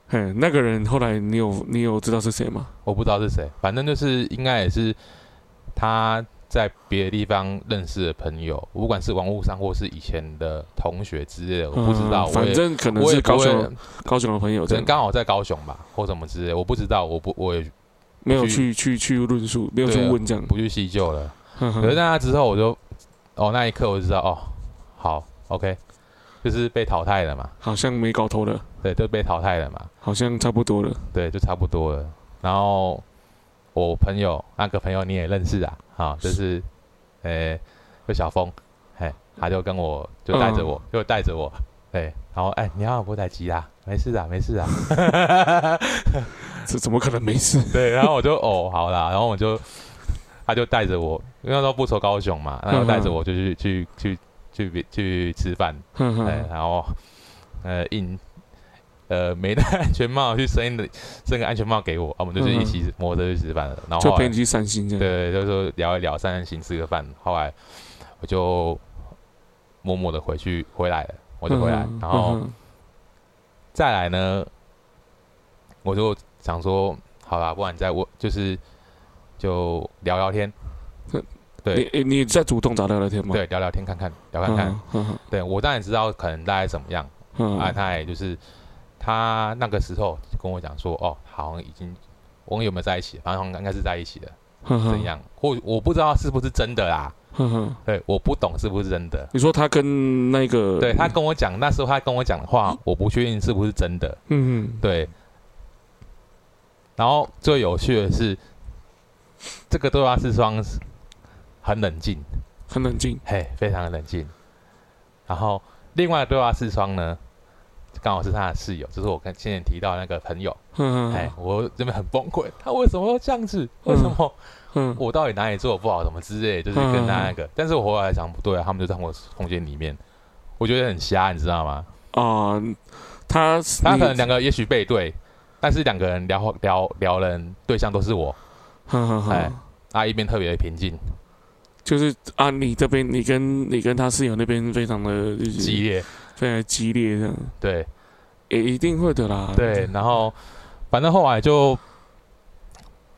Speaker 1: 嘿，那个人后来你有你有知道是谁吗？
Speaker 2: 我不知道是谁，反正就是应该也是他在别的地方认识的朋友，不管是网络上或是以前的同学之类的，我不知道。
Speaker 1: 嗯
Speaker 2: 我
Speaker 1: 反
Speaker 2: 也
Speaker 1: 正可能
Speaker 2: 我也
Speaker 1: 是
Speaker 2: 不
Speaker 1: 高
Speaker 2: 会
Speaker 1: 雄高雄的朋友
Speaker 2: 可
Speaker 1: 这
Speaker 2: 能
Speaker 1: 样，
Speaker 2: 刚好在高雄吧，或什么之类的，我不知道，我不我也
Speaker 1: 没有去去去论述，没有去
Speaker 2: 对啊
Speaker 1: 问这样。
Speaker 2: 不去细究了。
Speaker 1: 呵呵
Speaker 2: 可是在那之后，我就哦那一刻我就知道哦，好，OK，就是被淘汰了嘛，
Speaker 1: 好像没搞头了，
Speaker 2: 对，就被淘汰了嘛，
Speaker 1: 好像差不多了。
Speaker 2: 对，就差不多了。然后我朋友那个朋友你也认识啊，啊，就是呃，就小峰。他就跟我就带着我，就带着我，对，然后哎，你要不带急啦，没事啊，没事啊， <laughs>
Speaker 1: 这怎么可能没事？
Speaker 2: 对，然后我就哦，好啦，然后我就他就带着我，因为那时候不愁高雄嘛，然后带着我就去去去去去吃饭，
Speaker 1: 哼哼
Speaker 2: 哎，然后呃硬呃没戴安全帽去申的申个安全帽给我，啊，我们就是一起摩托车去吃饭了，然
Speaker 1: 嗯
Speaker 2: 后
Speaker 1: 就
Speaker 2: 后来
Speaker 1: 陪你去散心这样。
Speaker 2: 对，就说聊一聊，散散心，吃个饭。后来我就默默的回去回来了，我
Speaker 1: 我
Speaker 2: 就回来，然
Speaker 1: 嗯
Speaker 2: 后再来呢，我就想说，好啦，不然再我就是就聊聊天，
Speaker 1: 你
Speaker 2: 对
Speaker 1: 诶你在主动找他聊天吗？
Speaker 2: 对，聊聊天看看聊看
Speaker 1: 嗯，
Speaker 2: 看。
Speaker 1: 嗯哼
Speaker 2: 对我当然知道可能大概怎么样，
Speaker 1: 嗯
Speaker 2: 啊，他也就是他那个时候跟我讲说，哦，好像已经。我们有没有在一起？反正好像应该是在一起的，
Speaker 1: 哼哼
Speaker 2: 怎样？或我不知道是不是真的啦。
Speaker 1: 哼哼
Speaker 2: 对，我不懂是不是真的。
Speaker 1: 你说他跟那个
Speaker 2: 对他跟我讲，那时候他跟我讲的话，我不确定是不是真的。
Speaker 1: 嗯
Speaker 2: 对。然后最有趣的是，这个对话是双很冷静，
Speaker 1: 很冷静，
Speaker 2: 嘿，非常的冷静。然后另外的对话视窗呢，刚好是他的室友，就是我跟之前提到的那个朋友，
Speaker 1: 嗯
Speaker 2: 哎
Speaker 1: 嗯，
Speaker 2: 我这边很崩溃，他为什么要这样子？为什么
Speaker 1: 嗯
Speaker 2: 我到底哪里做的不好，什么之类的，就是跟他那个。但是我后来想，不对啊，他们就在我空间里面，我觉得很瞎，你知道吗？
Speaker 1: 啊，他
Speaker 2: 他
Speaker 1: 你
Speaker 2: 可能两个也许背对，但是两个人聊聊聊人对象都是我，
Speaker 1: 哼哼
Speaker 2: 哎
Speaker 1: 哼，
Speaker 2: 啊，一边特别的平静
Speaker 1: 就是啊，你这边你跟你跟他室友那边非常的就是
Speaker 2: 激烈，
Speaker 1: 非常激烈这样，
Speaker 2: 对
Speaker 1: 也一定会的啦。
Speaker 2: 对，然后反正后来就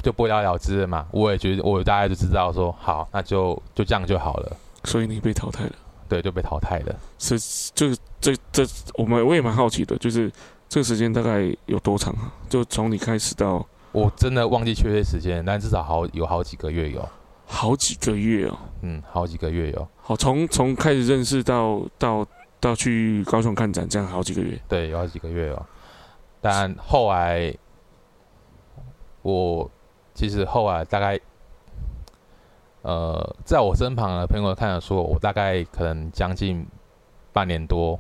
Speaker 2: 就不了了之了嘛。我也觉得我大概就知道说，好，那就就这样就好了，
Speaker 1: 所以你被淘汰了。
Speaker 2: 对，就被淘汰了。
Speaker 1: 是这这这，我们我也蛮好奇的，就是这个时间大概有多长啊？就从你开始到
Speaker 2: 我真的忘记确切时间，但至少好有好几个月有，
Speaker 1: 好几个月哦。
Speaker 2: 嗯，好几个月有，
Speaker 1: 好，从从开始认识到到到去高雄看展，这样好几个月。
Speaker 2: 对，有好几个月有。但后来我其实后来大概，呃，在我身旁的朋友看了说，我大概可能将近半年多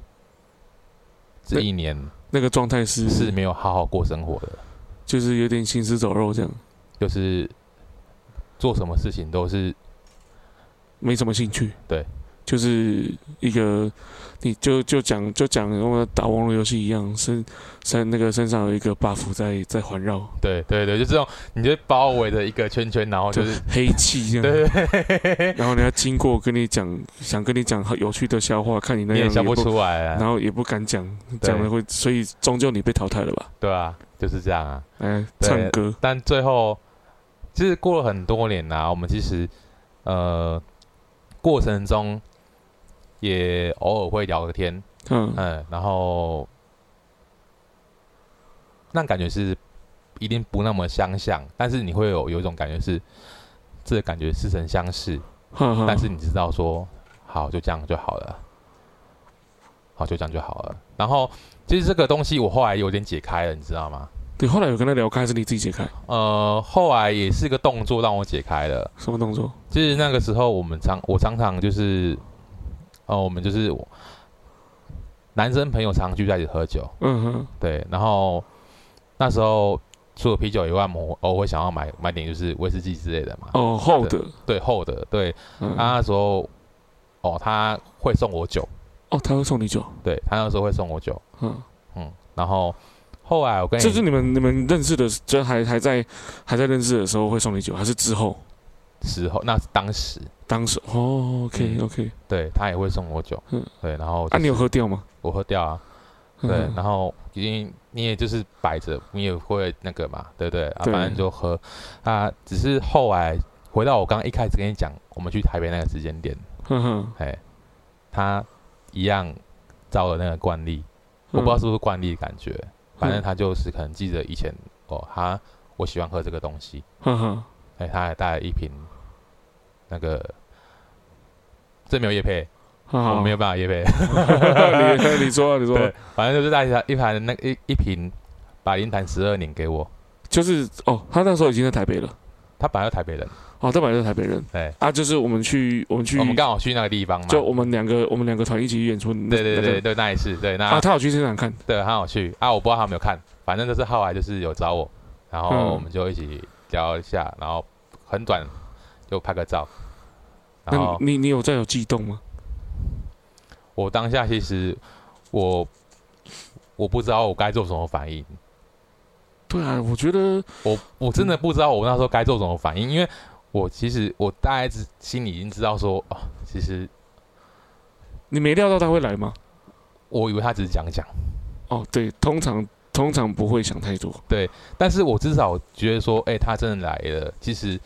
Speaker 2: 至
Speaker 1: 那
Speaker 2: 一年
Speaker 1: 那个状态是
Speaker 2: 是没有好好过生活的，
Speaker 1: 就是有点行尸走肉这样，
Speaker 2: 就是做什么事情都是
Speaker 1: 没什么兴趣。
Speaker 2: 对，
Speaker 1: 就是一个，你就就讲就讲我们打网络游戏一样，身身那个身上有一个 buff 在在环绕，
Speaker 2: 对对对，就这种，你就包围着一个圈圈，然后哦就是
Speaker 1: 黑气这样。
Speaker 2: 对对对，对
Speaker 1: <laughs> 然后人家经过跟你讲，想跟你讲 <laughs> 很有趣的笑话，看你那
Speaker 2: 你
Speaker 1: 样
Speaker 2: 也笑
Speaker 1: 也
Speaker 2: 不出来
Speaker 1: 然
Speaker 2: 啊，
Speaker 1: 后也不敢讲，讲了会，所以终究你被淘汰了吧？
Speaker 2: 对啊，就是这样啊。
Speaker 1: 哎，
Speaker 2: 对
Speaker 1: 唱歌，
Speaker 2: 但最后其实过了很多年啦、我们其实呃过程中也偶尔会聊个天，
Speaker 1: 嗯，
Speaker 2: 嗯，然后那感觉是一定不那么相像，但是你会有有一种感觉是这个感觉似曾相识，
Speaker 1: 哈哈
Speaker 2: 但是你知道说好就这样就好了，好就这样就好了。然后其实这个东西我后来有点解开了，你知道吗？
Speaker 1: 你后来有跟他聊开，还是你自己解开？
Speaker 2: 呃，后来也是个动作让我解开了。
Speaker 1: 什么动作？
Speaker 2: 就是那个时候，我们常我常常就是，哦，我们就是我男生朋友常聚在一起喝酒，
Speaker 1: 嗯哼，
Speaker 2: 对。然后那时候除了啤酒以外，我们偶尔会想要买买点就是威士忌之类的嘛，
Speaker 1: 哦，厚的，
Speaker 2: 对，厚的，对。
Speaker 1: 嗯
Speaker 2: 他那时候，哦，他会送我酒，
Speaker 1: 哦，他会送你酒，
Speaker 2: 对他那时候会送我酒，
Speaker 1: 嗯，
Speaker 2: 嗯。然后后来我跟你
Speaker 1: 这是你们你们认识的，就还还在还在认识的时候会送你酒，还是之后？
Speaker 2: 时候，那是当时
Speaker 1: 当时哦，OK OK，
Speaker 2: 对他也会送嗯我酒，
Speaker 1: 嗯
Speaker 2: 对。然后、
Speaker 1: 啊，你有喝掉吗？
Speaker 2: 我喝掉啊，对，
Speaker 1: 嗯
Speaker 2: 然后已经你也就是摆着，你也会那个嘛，对不对？啊，
Speaker 1: 对
Speaker 2: 反正就喝啊，只是后来回到我刚刚一开始跟你讲，我们去台北那个时间点，
Speaker 1: 哼哼，
Speaker 2: 哎，他一样照了那个惯例，我不
Speaker 1: 嗯
Speaker 2: 知道是不是惯例的感觉，反正他就是可能记得以前哦，他我喜欢喝这个东西，
Speaker 1: 哼哼，
Speaker 2: 哎，他还带了一瓶那个，这没有叶配，
Speaker 1: 好
Speaker 2: 我没有办法
Speaker 1: <laughs>
Speaker 2: 叶配。
Speaker 1: 你你说啊你说啊，
Speaker 2: 对，反正就是带一一盘那一一瓶百灵坛十二年给我，
Speaker 1: 就是哦，他那时候已经在台北了，
Speaker 2: 他本来就台北人，
Speaker 1: 哦，他本来就是台北人
Speaker 2: 对，
Speaker 1: 啊，就是我们去我们去
Speaker 2: 我们刚好去那个地方嘛，
Speaker 1: 就我们两个我们两个团一起演出，
Speaker 2: 对对
Speaker 1: 那
Speaker 2: 对
Speaker 1: 个
Speaker 2: 对，那一次对，那
Speaker 1: 啊，他有去现场看，
Speaker 2: 对，很有趣啊！我不知道他有没有看，反正就是后来就是有找我，然后
Speaker 1: 嗯
Speaker 2: 我们就一起聊一下，然后很短就拍个照。然
Speaker 1: 那
Speaker 2: 后
Speaker 1: 你你有在有悸动吗？
Speaker 2: 我当下其实我我不知道我该做什么反应，
Speaker 1: 对啊，我觉得
Speaker 2: 我我真的不知道我那时候该做什么反应，因为我其实我大概知心里已经知道说哦，其实
Speaker 1: 你没料到他会来吗？
Speaker 2: 我以为他只是讲讲，
Speaker 1: 哦，对，通常通常不会想太多，
Speaker 2: 但是我至少觉得说，哎、他真的来了，其实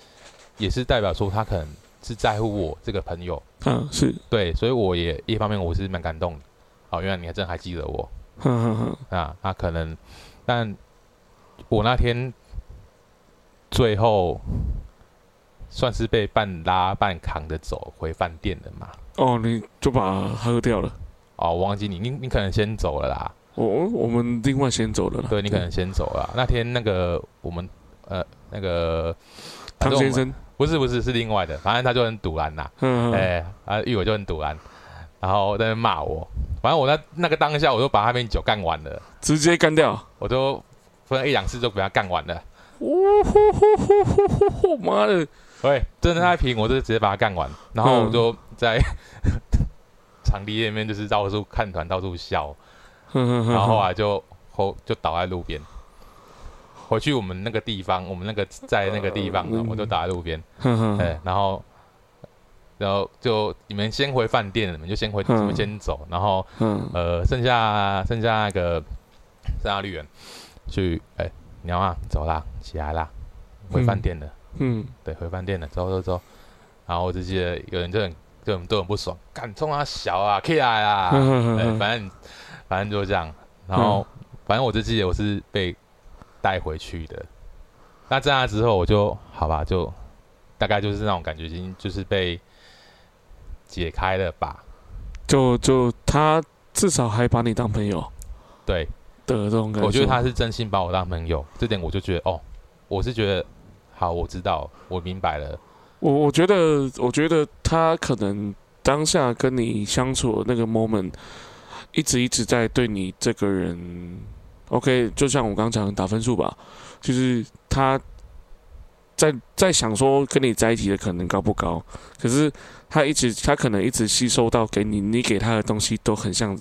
Speaker 2: 也是代表说他可能是在乎我这个朋友。
Speaker 1: 嗯，是，
Speaker 2: 对，所以我也一方面我是蛮感动的，哦，原来你还真还记得我
Speaker 1: 哼哼哼，
Speaker 2: 啊，那可能，但我那天最后算是被半拉半扛着走回饭店了嘛，
Speaker 1: 哦，你就把它喝掉了，
Speaker 2: 哦，我忘记你，你你可能先走了啦，
Speaker 1: 我我们另外先走了啦，
Speaker 2: 对你可能先走了啦，那天那个我们呃那个反
Speaker 1: 汤
Speaker 2: 正我
Speaker 1: 先
Speaker 2: 们
Speaker 1: 生，
Speaker 2: 不是不是是另外的，反正他就很堵然啦，
Speaker 1: 嗯，嗯
Speaker 2: 哎、啊，玉伟就很堵然，然后在那边骂我，反正我那那个当下我就把那瓶酒干完了。
Speaker 1: 直接干掉，
Speaker 2: 我都分了一两次就给他干完了。
Speaker 1: 呜呼呼呼呼呼呼，妈的，
Speaker 2: 喂，真的那一瓶我就直接把它干完，然后我
Speaker 1: 嗯
Speaker 2: 就在 <laughs> 场地里面就是到处看团，到处笑，
Speaker 1: 哼哼哼，
Speaker 2: 然后啊后来就后就倒在路边。回去我们那个地方，我们那个在那个地方，
Speaker 1: 嗯
Speaker 2: 我就倒在路边，
Speaker 1: 哼哼
Speaker 2: 哎、然后。然后就你们先回饭店，你们就先回，你
Speaker 1: 嗯
Speaker 2: 们先走，然后
Speaker 1: 哼，
Speaker 2: 呃，剩下剩下那个剩下绿人去，哎、鸟啊，走啦，起来啦，回饭店了。
Speaker 1: 嗯，
Speaker 2: 对，回饭店了，走走走。然后我就记得有人就很就很都很不爽，敢冲他小啊，起来啊！
Speaker 1: 哼哼嗯哼
Speaker 2: 对，
Speaker 1: 哼
Speaker 2: 反正反正就是这样。然后、反正我就记得我是被带回去的。那这样之后，我就好吧，就大概就是那种感觉，已经就是被解开了吧？
Speaker 1: 就就他至少还把你当朋友
Speaker 2: 对，
Speaker 1: 的这种感觉，
Speaker 2: 我觉得他是真心把我当朋友，这点我就觉得哦，我是觉得好，我知道，我明白了。
Speaker 1: 我我觉得，我觉得他可能当下跟你相处的那个 moment，一直一直在对你这个人，OK，就像我刚讲的打分数吧，就是他在在想说跟你在一起的可能高不高，可是他一直他可能一直吸收到给你你给他的东西都很像，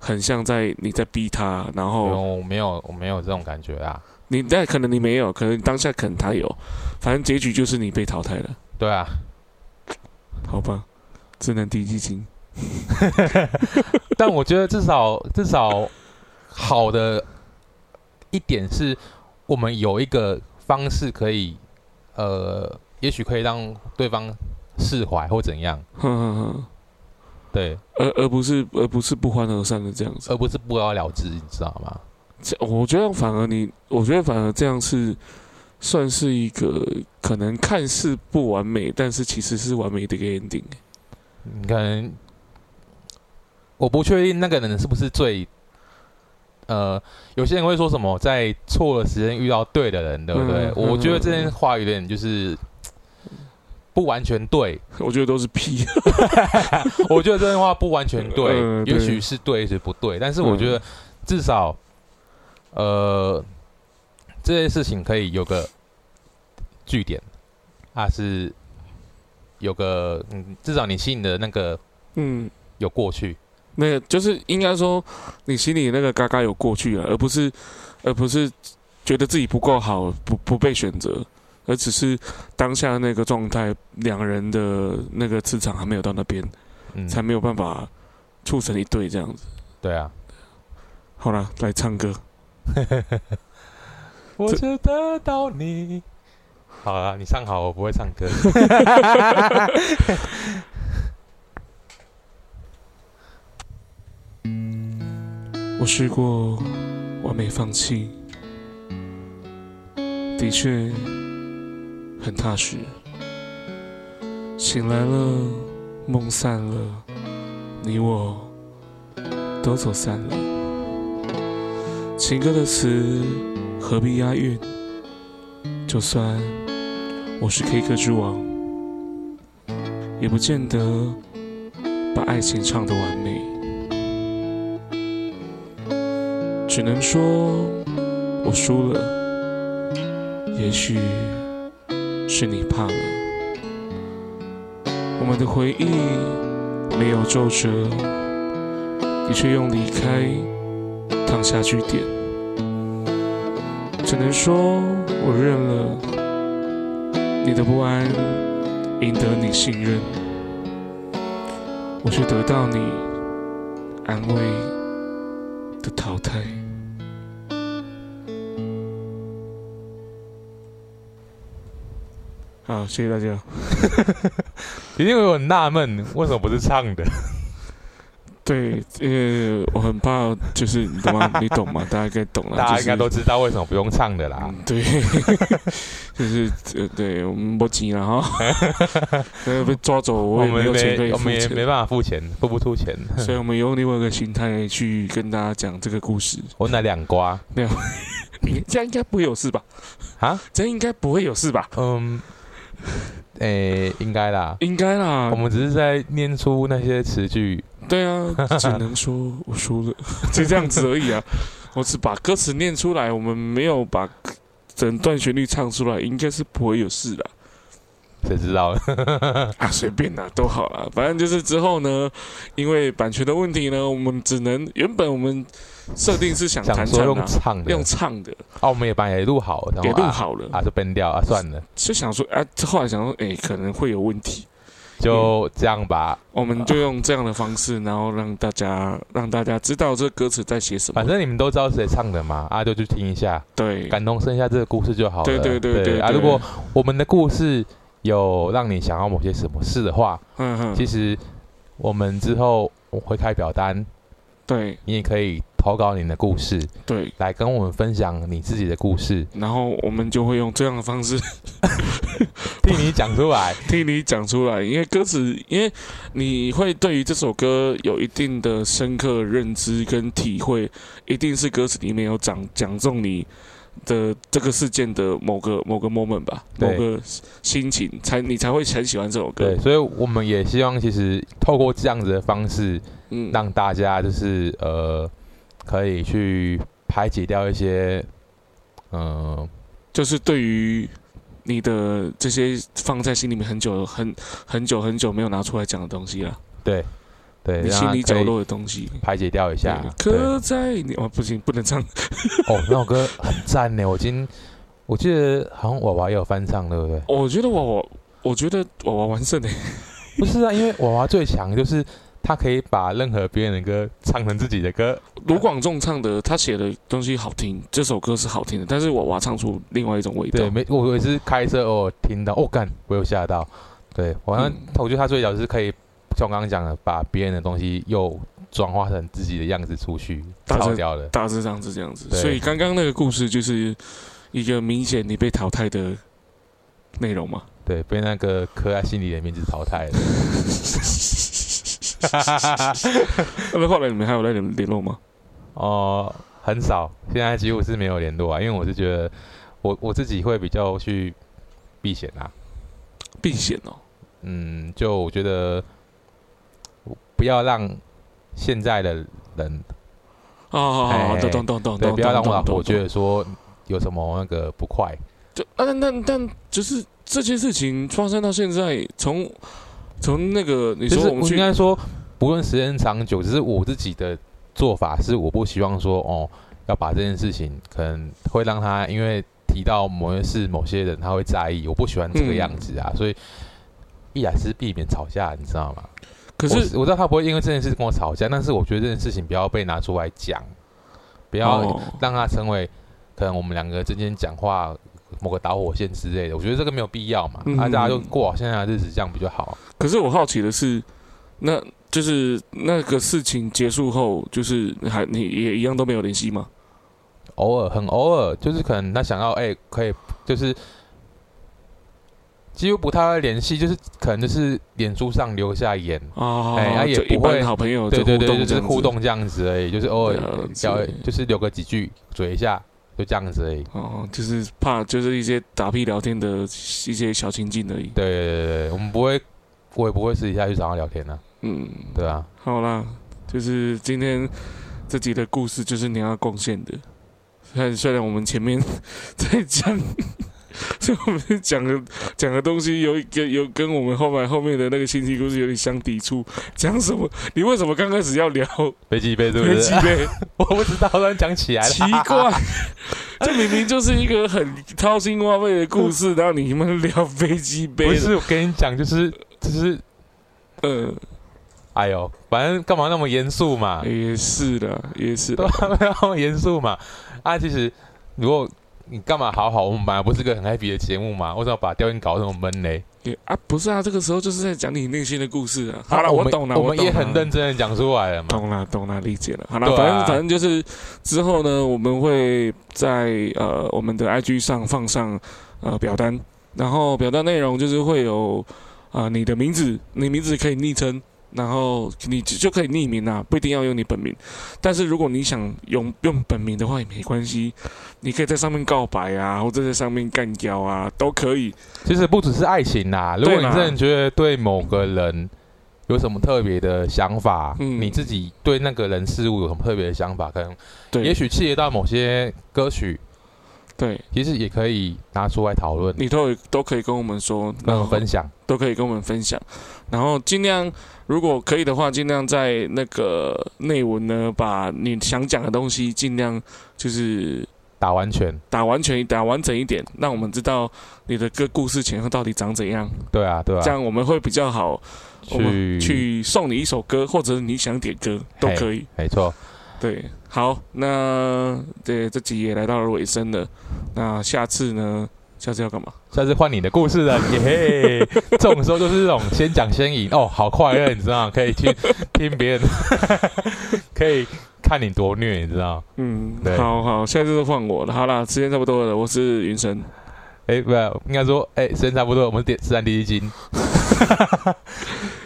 Speaker 1: 很像在你在逼他，然后
Speaker 2: 我没有，我没有这种感觉啊啦。
Speaker 1: 你但可能你没有，可能当下可能他有，反正结局就是你被淘汰了，
Speaker 2: 对啊，
Speaker 1: 好吧？只能低基 <laughs> 金。
Speaker 2: 但我觉得至少至少好的一点是，我们有一个方式可以，呃，也许可以让对方释怀或怎样，
Speaker 1: 哼哼哼，
Speaker 2: 对，
Speaker 1: 而而不是而不是不欢而散的这样子。
Speaker 2: 而不是不了了之，你知道吗？
Speaker 1: 这我觉得反而你，我觉得反而这样是算是一个可能看似不完美，但是其实是完美的一个 ending。嗯
Speaker 2: 你可能我不确定那个人是不是最，呃，有些人会说什么在错的时间遇到对的人，对不对？
Speaker 1: 嗯嗯
Speaker 2: 我觉得这件话有点就是不完全对，
Speaker 1: 我觉得都是屁。 <laughs>
Speaker 2: <laughs> 我觉得这段话不完全对，
Speaker 1: 嗯对嗯
Speaker 2: 也许是对，也许不对，但是我觉得至少，呃，这件事情可以有个据点，啊是有个嗯，至少你吸引的那个
Speaker 1: 嗯，
Speaker 2: 有过去，
Speaker 1: 那个就是应该说，你心里那个嘎嘎有过去啊了，而不是而不是觉得自己不够好，不不被选择，而只是当下那个状态，两人的那个磁场还没有到那边，
Speaker 2: 嗯，
Speaker 1: 才没有办法促成一对这样子。
Speaker 2: 对啊。
Speaker 1: 好啦，来唱歌。
Speaker 2: 我只得到你。好了，你唱好，我不会唱歌。 <laughs>
Speaker 1: 我试过完美放弃，的确很踏实。醒来了，梦散了，你我都走散了。情歌的词何必押韵？就算我是 K 歌之王，也不见得把爱情唱得完美，只能说我输了。也许是你怕了，我们的回忆没有皱褶，你却用离开烫下句点。只能说我认了。你的不安赢得你信任，我却得到你安慰的淘汰。好，谢谢大家。
Speaker 2: 一定会有很纳闷，为什么不是唱的？
Speaker 1: 对，呃，我很怕，就是你懂
Speaker 2: <laughs>
Speaker 1: 吗？你懂吗？大家应该懂了，
Speaker 2: 大
Speaker 1: 就
Speaker 2: 家
Speaker 1: 是
Speaker 2: 应该都知道为什么不用唱的啦
Speaker 1: 嗯。对， <laughs> 就是呃，对我们不急了
Speaker 2: <laughs>
Speaker 1: 哈，呃被抓走，我
Speaker 2: 我
Speaker 1: 也没
Speaker 2: 们
Speaker 1: 有钱可
Speaker 2: 没，
Speaker 1: 以
Speaker 2: 我
Speaker 1: 付
Speaker 2: 们也
Speaker 1: 钱，
Speaker 2: 没办法付钱，付不出钱。
Speaker 1: 所以我们用另外一个心态去跟大家讲这个故事。
Speaker 2: 我那两瓜嗯
Speaker 1: 你这样应该不会有事吧？
Speaker 2: 啊，
Speaker 1: 这样应该不会有事吧？
Speaker 2: 嗯， <laughs> 诶、应该啦。
Speaker 1: 应该啦
Speaker 2: 我，们只是在念出那些词句，
Speaker 1: 对啊，只能说我输
Speaker 2: <laughs>
Speaker 1: 了，就这样子而已啊。我只把歌词念出来，我们没有把整段旋律唱出来，应该是不会有事的
Speaker 2: 谁知道？
Speaker 1: 啊，随便啦，都好啦。反正就是之后呢，因为版权的问题呢，我们只能原本我们设定是想
Speaker 2: <laughs> 想
Speaker 1: 弹
Speaker 2: 说
Speaker 1: 唱
Speaker 2: 用
Speaker 1: 啊，
Speaker 2: 唱的，
Speaker 1: 用唱的
Speaker 2: 啊，我们也把也录好，然后
Speaker 1: 也录
Speaker 2: 啊
Speaker 1: 好嗯了，
Speaker 2: 啊就崩掉啊，算了，
Speaker 1: 就想说啊，后来想说，哎、可能会有问题，
Speaker 2: 就这样吧。
Speaker 1: 我们就用这样的方式，然后让大家让大家知道这歌词在写什么
Speaker 2: 反。正你们都知道谁唱的嘛，啊，就去听一下，
Speaker 1: 对，
Speaker 2: 感同身一下这个故事就好了。
Speaker 1: 嗯对对对对
Speaker 2: 啊，
Speaker 1: 对
Speaker 2: 如果我们的故事有让你想要某些什么事的话，
Speaker 1: 嗯哼，
Speaker 2: 其实我们之后会开表单，
Speaker 1: 对
Speaker 2: 你也可以投稿你的故事
Speaker 1: 对。
Speaker 2: 来跟我们分享你自己的故
Speaker 1: <laughs>
Speaker 2: 事，
Speaker 1: 然后我们就会用这样的方式 <laughs>
Speaker 2: 替你讲出来。
Speaker 1: 听你讲出来，因为歌词，因为你会对于这首歌有一定的深刻认知跟体会，一定是歌词里面有讲讲中你的这个事件的某个某个 moment 吧，某
Speaker 2: 对
Speaker 1: 个心情，才你才会很喜欢这首歌
Speaker 2: 对，。所以我们也希望，其实透过这样子的方式，
Speaker 1: 嗯，
Speaker 2: 让大家就是呃，可以去排解掉一些，嗯、
Speaker 1: 就是对于你的这些放在心里面很久、很很久、很久没有拿出来讲的东西啦，
Speaker 2: 对，对，
Speaker 1: 你
Speaker 2: 让
Speaker 1: 心
Speaker 2: 它
Speaker 1: 里
Speaker 2: 可
Speaker 1: 角
Speaker 2: 以
Speaker 1: 落的东西。
Speaker 2: 排解掉一下。
Speaker 1: 对
Speaker 2: 对，
Speaker 1: 刻在你哦，不行，不能唱。
Speaker 2: 哦，那首歌很赞呢，我今我记得好像娃娃也有翻唱，对不对？
Speaker 1: 我觉得我我我觉得我娃完胜欸诶、
Speaker 2: 不是啊，因为娃娃最强就是他可以把任何别人的歌唱成自己的歌，
Speaker 1: 卢广仲唱的，他写的东西好听，这首歌是好听的，但是我娃唱出另外一种味道
Speaker 2: 对，。没，我也是开车偶尔听到，哦，干，我有吓到。对，我好像、
Speaker 1: 嗯
Speaker 2: 我觉得他最屌就是可以，像我刚刚讲的，把别人的东西又转化成自己的样子出去，
Speaker 1: 大声
Speaker 2: 超屌的。
Speaker 1: 大致上是这样子。
Speaker 2: 对
Speaker 1: 所以刚刚那个故事就是一个明显你被淘汰的内容嘛。
Speaker 2: 对，被那个刻在心里的名字淘汰了。
Speaker 1: 那呃后来你们还有在联联络吗？
Speaker 2: 哦、很少，现在几乎是没有联络啊，因为我是觉得我我自己会比较去避嫌啊。
Speaker 1: 避险哦，
Speaker 2: 嗯，就我觉得不要让现在的人
Speaker 1: 哦，
Speaker 2: 哎
Speaker 1: 懂懂懂懂
Speaker 2: 对，
Speaker 1: 懂，
Speaker 2: 不要让我老
Speaker 1: 懂
Speaker 2: 婆觉。得说有什么那个不快。
Speaker 1: 懂懂就啊，但但但就是这件事情发生到现在，从从那个你
Speaker 2: 就
Speaker 1: 说
Speaker 2: 是
Speaker 1: 我们
Speaker 2: 我应
Speaker 1: 去
Speaker 2: 该说，不论时间长久，只是我自己的做法是，我不希望说哦，要把这件事情可能会让他因为提到某件事，某些人他会在意，我不喜欢这个
Speaker 1: 嗯
Speaker 2: 样子啊，所以一来是避免吵架，你知道吗？
Speaker 1: 可
Speaker 2: 我
Speaker 1: 是
Speaker 2: 我知道他不会因为这件事跟我吵架，但是我觉得这件事情不要被拿出来讲，不要
Speaker 1: 哦
Speaker 2: 让它成为可能我们两个之间讲话某个导火线之类的。我觉得这个没有必要嘛，
Speaker 1: 嗯
Speaker 2: 那、大家就过好现在的日子，这样比较好。啊
Speaker 1: 可是我好奇的是，那就是那个事情结束后，就是还你也一样都没有联系吗？
Speaker 2: 偶尔很偶尔，就是可能他想要哎、可以就是几乎不太会联系，就是可能就是脸书上留下言。
Speaker 1: 哦，
Speaker 2: 哎啊也
Speaker 1: 就一
Speaker 2: 不会
Speaker 1: 般好朋友
Speaker 2: 对
Speaker 1: 的
Speaker 2: 对对，
Speaker 1: 动
Speaker 2: 就是
Speaker 1: 这样子
Speaker 2: 互，动这样子而已，就是偶尔
Speaker 1: 了解
Speaker 2: 聊，就是留个几句嘴一下，就这样子而已。
Speaker 1: 哦，就是怕就是一些打屁聊天的一些小情境而已。
Speaker 2: 对对对对，我们不会，我也不会私底下去找他聊天的、
Speaker 1: 嗯，
Speaker 2: 对啊，
Speaker 1: 好啦，就是今天这集的故事就是你要贡献的。虽然虽然我们前面 <laughs> 在讲， <laughs> 所以我们讲的讲的东西有一个有跟我们后来后面的那个亲戚故事有点相抵触。讲什么？你为什么刚开始要聊
Speaker 2: 飞机杯对哎不
Speaker 1: 飞机
Speaker 2: 对？
Speaker 1: 杯？
Speaker 2: <laughs> 我不知道，突然
Speaker 1: <laughs>
Speaker 2: 讲起来了，
Speaker 1: 奇怪，
Speaker 2: <laughs>
Speaker 1: 这明明就是一个很掏心挖肺的故
Speaker 2: <laughs>
Speaker 1: 事，然后你们聊飞机杯
Speaker 2: 不
Speaker 1: 了，
Speaker 2: 是我跟你讲，就是就是，
Speaker 1: 嗯，
Speaker 2: 哎呦，反正干嘛那么严肃嘛？
Speaker 1: 也是的，也
Speaker 2: <laughs>
Speaker 1: 是
Speaker 2: 对
Speaker 1: 的，
Speaker 2: 啊，不要那么严肃嘛。啊，其实如果你干嘛好好，我们本来不是个很 happy 的节目嘛，为什么把调音搞得那么闷嘞？
Speaker 1: 也啊，不是啊，这个时候就是在讲你内心的故事啊。好
Speaker 2: 啊
Speaker 1: 了，
Speaker 2: 我们
Speaker 1: 懂了，
Speaker 2: 我们
Speaker 1: 懂
Speaker 2: 也很
Speaker 1: 了
Speaker 2: 认真的讲出来了嘛。
Speaker 1: 懂了，懂了，理解了。好了，
Speaker 2: 对啊
Speaker 1: 反正反正就是之后呢，我们会在呃我们的 IG 上放上呃表单，然后表单内容就是会有啊、呃你的名字，你名字可以昵称，然后你就就可以匿名啊，不一定要用你本名。但是如果你想用用本名的话也没关系，你可以在上面告白啊，或者在上面干掉啊，都可以。
Speaker 2: 其实不只是爱情啦，如果你
Speaker 1: 对啦
Speaker 2: 真的觉得对某个人有什么特别的想法，
Speaker 1: 嗯
Speaker 2: 你自己对那个人事物有什么特别的想法，可能
Speaker 1: 对，
Speaker 2: 也许契合到某些歌曲，
Speaker 1: 对
Speaker 2: 其实也可以拿出来讨论，
Speaker 1: 你都有都可以跟我们说，
Speaker 2: 跟我
Speaker 1: 然
Speaker 2: 们
Speaker 1: 后
Speaker 2: 分享。
Speaker 1: 都可以跟我们分享。然后尽量，如果可以的话，尽量在那个内文呢，把你想讲的东西尽量就是
Speaker 2: 打完拳，
Speaker 1: 打完全、打完整一点，让我们知道你的各故事前后到底长怎样。
Speaker 2: 对啊，对
Speaker 1: 这
Speaker 2: 啊，
Speaker 1: 样我们会比较好，我们
Speaker 2: 去，
Speaker 1: 去送你一首歌，或者你想点歌都
Speaker 2: 嘿
Speaker 1: 可以。
Speaker 2: 没错，
Speaker 1: 对，好，那这这集也来到了尾声了。那下次呢？下次要干嘛？
Speaker 2: 下次换你的故事了，耶
Speaker 1: <laughs>
Speaker 2: 嘿！这种时候就是这种先讲先赢哦，好快乐，你知道吗？可以去听 <laughs> 别人，可以看你多虐，你知道吗？
Speaker 1: 嗯，
Speaker 2: 对
Speaker 1: 好好，下次就换我了。好啦，时间差不多了，我是云神。
Speaker 2: 哎，不是，应该说，哎，时间差不多，我们是第自然第一金。 <laughs>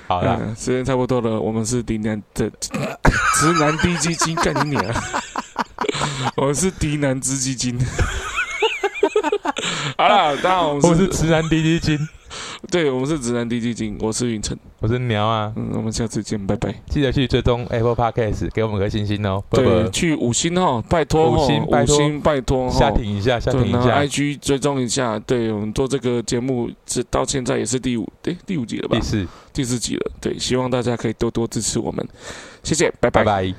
Speaker 2: 好啦，
Speaker 1: 嗯，时间差不多了，我们是迪南的 <laughs> 直男低基金，干你娘！ <laughs> 我们是迪南之基金。 <laughs> 好啦，大家好， <laughs> 我
Speaker 2: 我
Speaker 1: 们是
Speaker 2: 是自然第一金，
Speaker 1: 对，我们是直男低基金，我是云晨。
Speaker 2: 我是鸟啊，
Speaker 1: 嗯，我们下次见，拜拜。
Speaker 2: 记得去追踪 Apple Podcast，给我们个星星哦，拜
Speaker 1: 对，
Speaker 2: 拜。
Speaker 1: 去五星哦，拜托哦，
Speaker 2: 五星拜托
Speaker 1: 拜托
Speaker 2: 下
Speaker 1: 哦。
Speaker 2: 停一下，下停
Speaker 1: 对，
Speaker 2: 一
Speaker 1: 然后
Speaker 2: 下，
Speaker 1: IG 追踪一下。对我们做这个节目，这到现在也是第五，对，第五集了吧
Speaker 2: 第？四，
Speaker 1: 第四集了。对，希望大家可以多多支持我们，谢谢，拜
Speaker 2: 拜拜。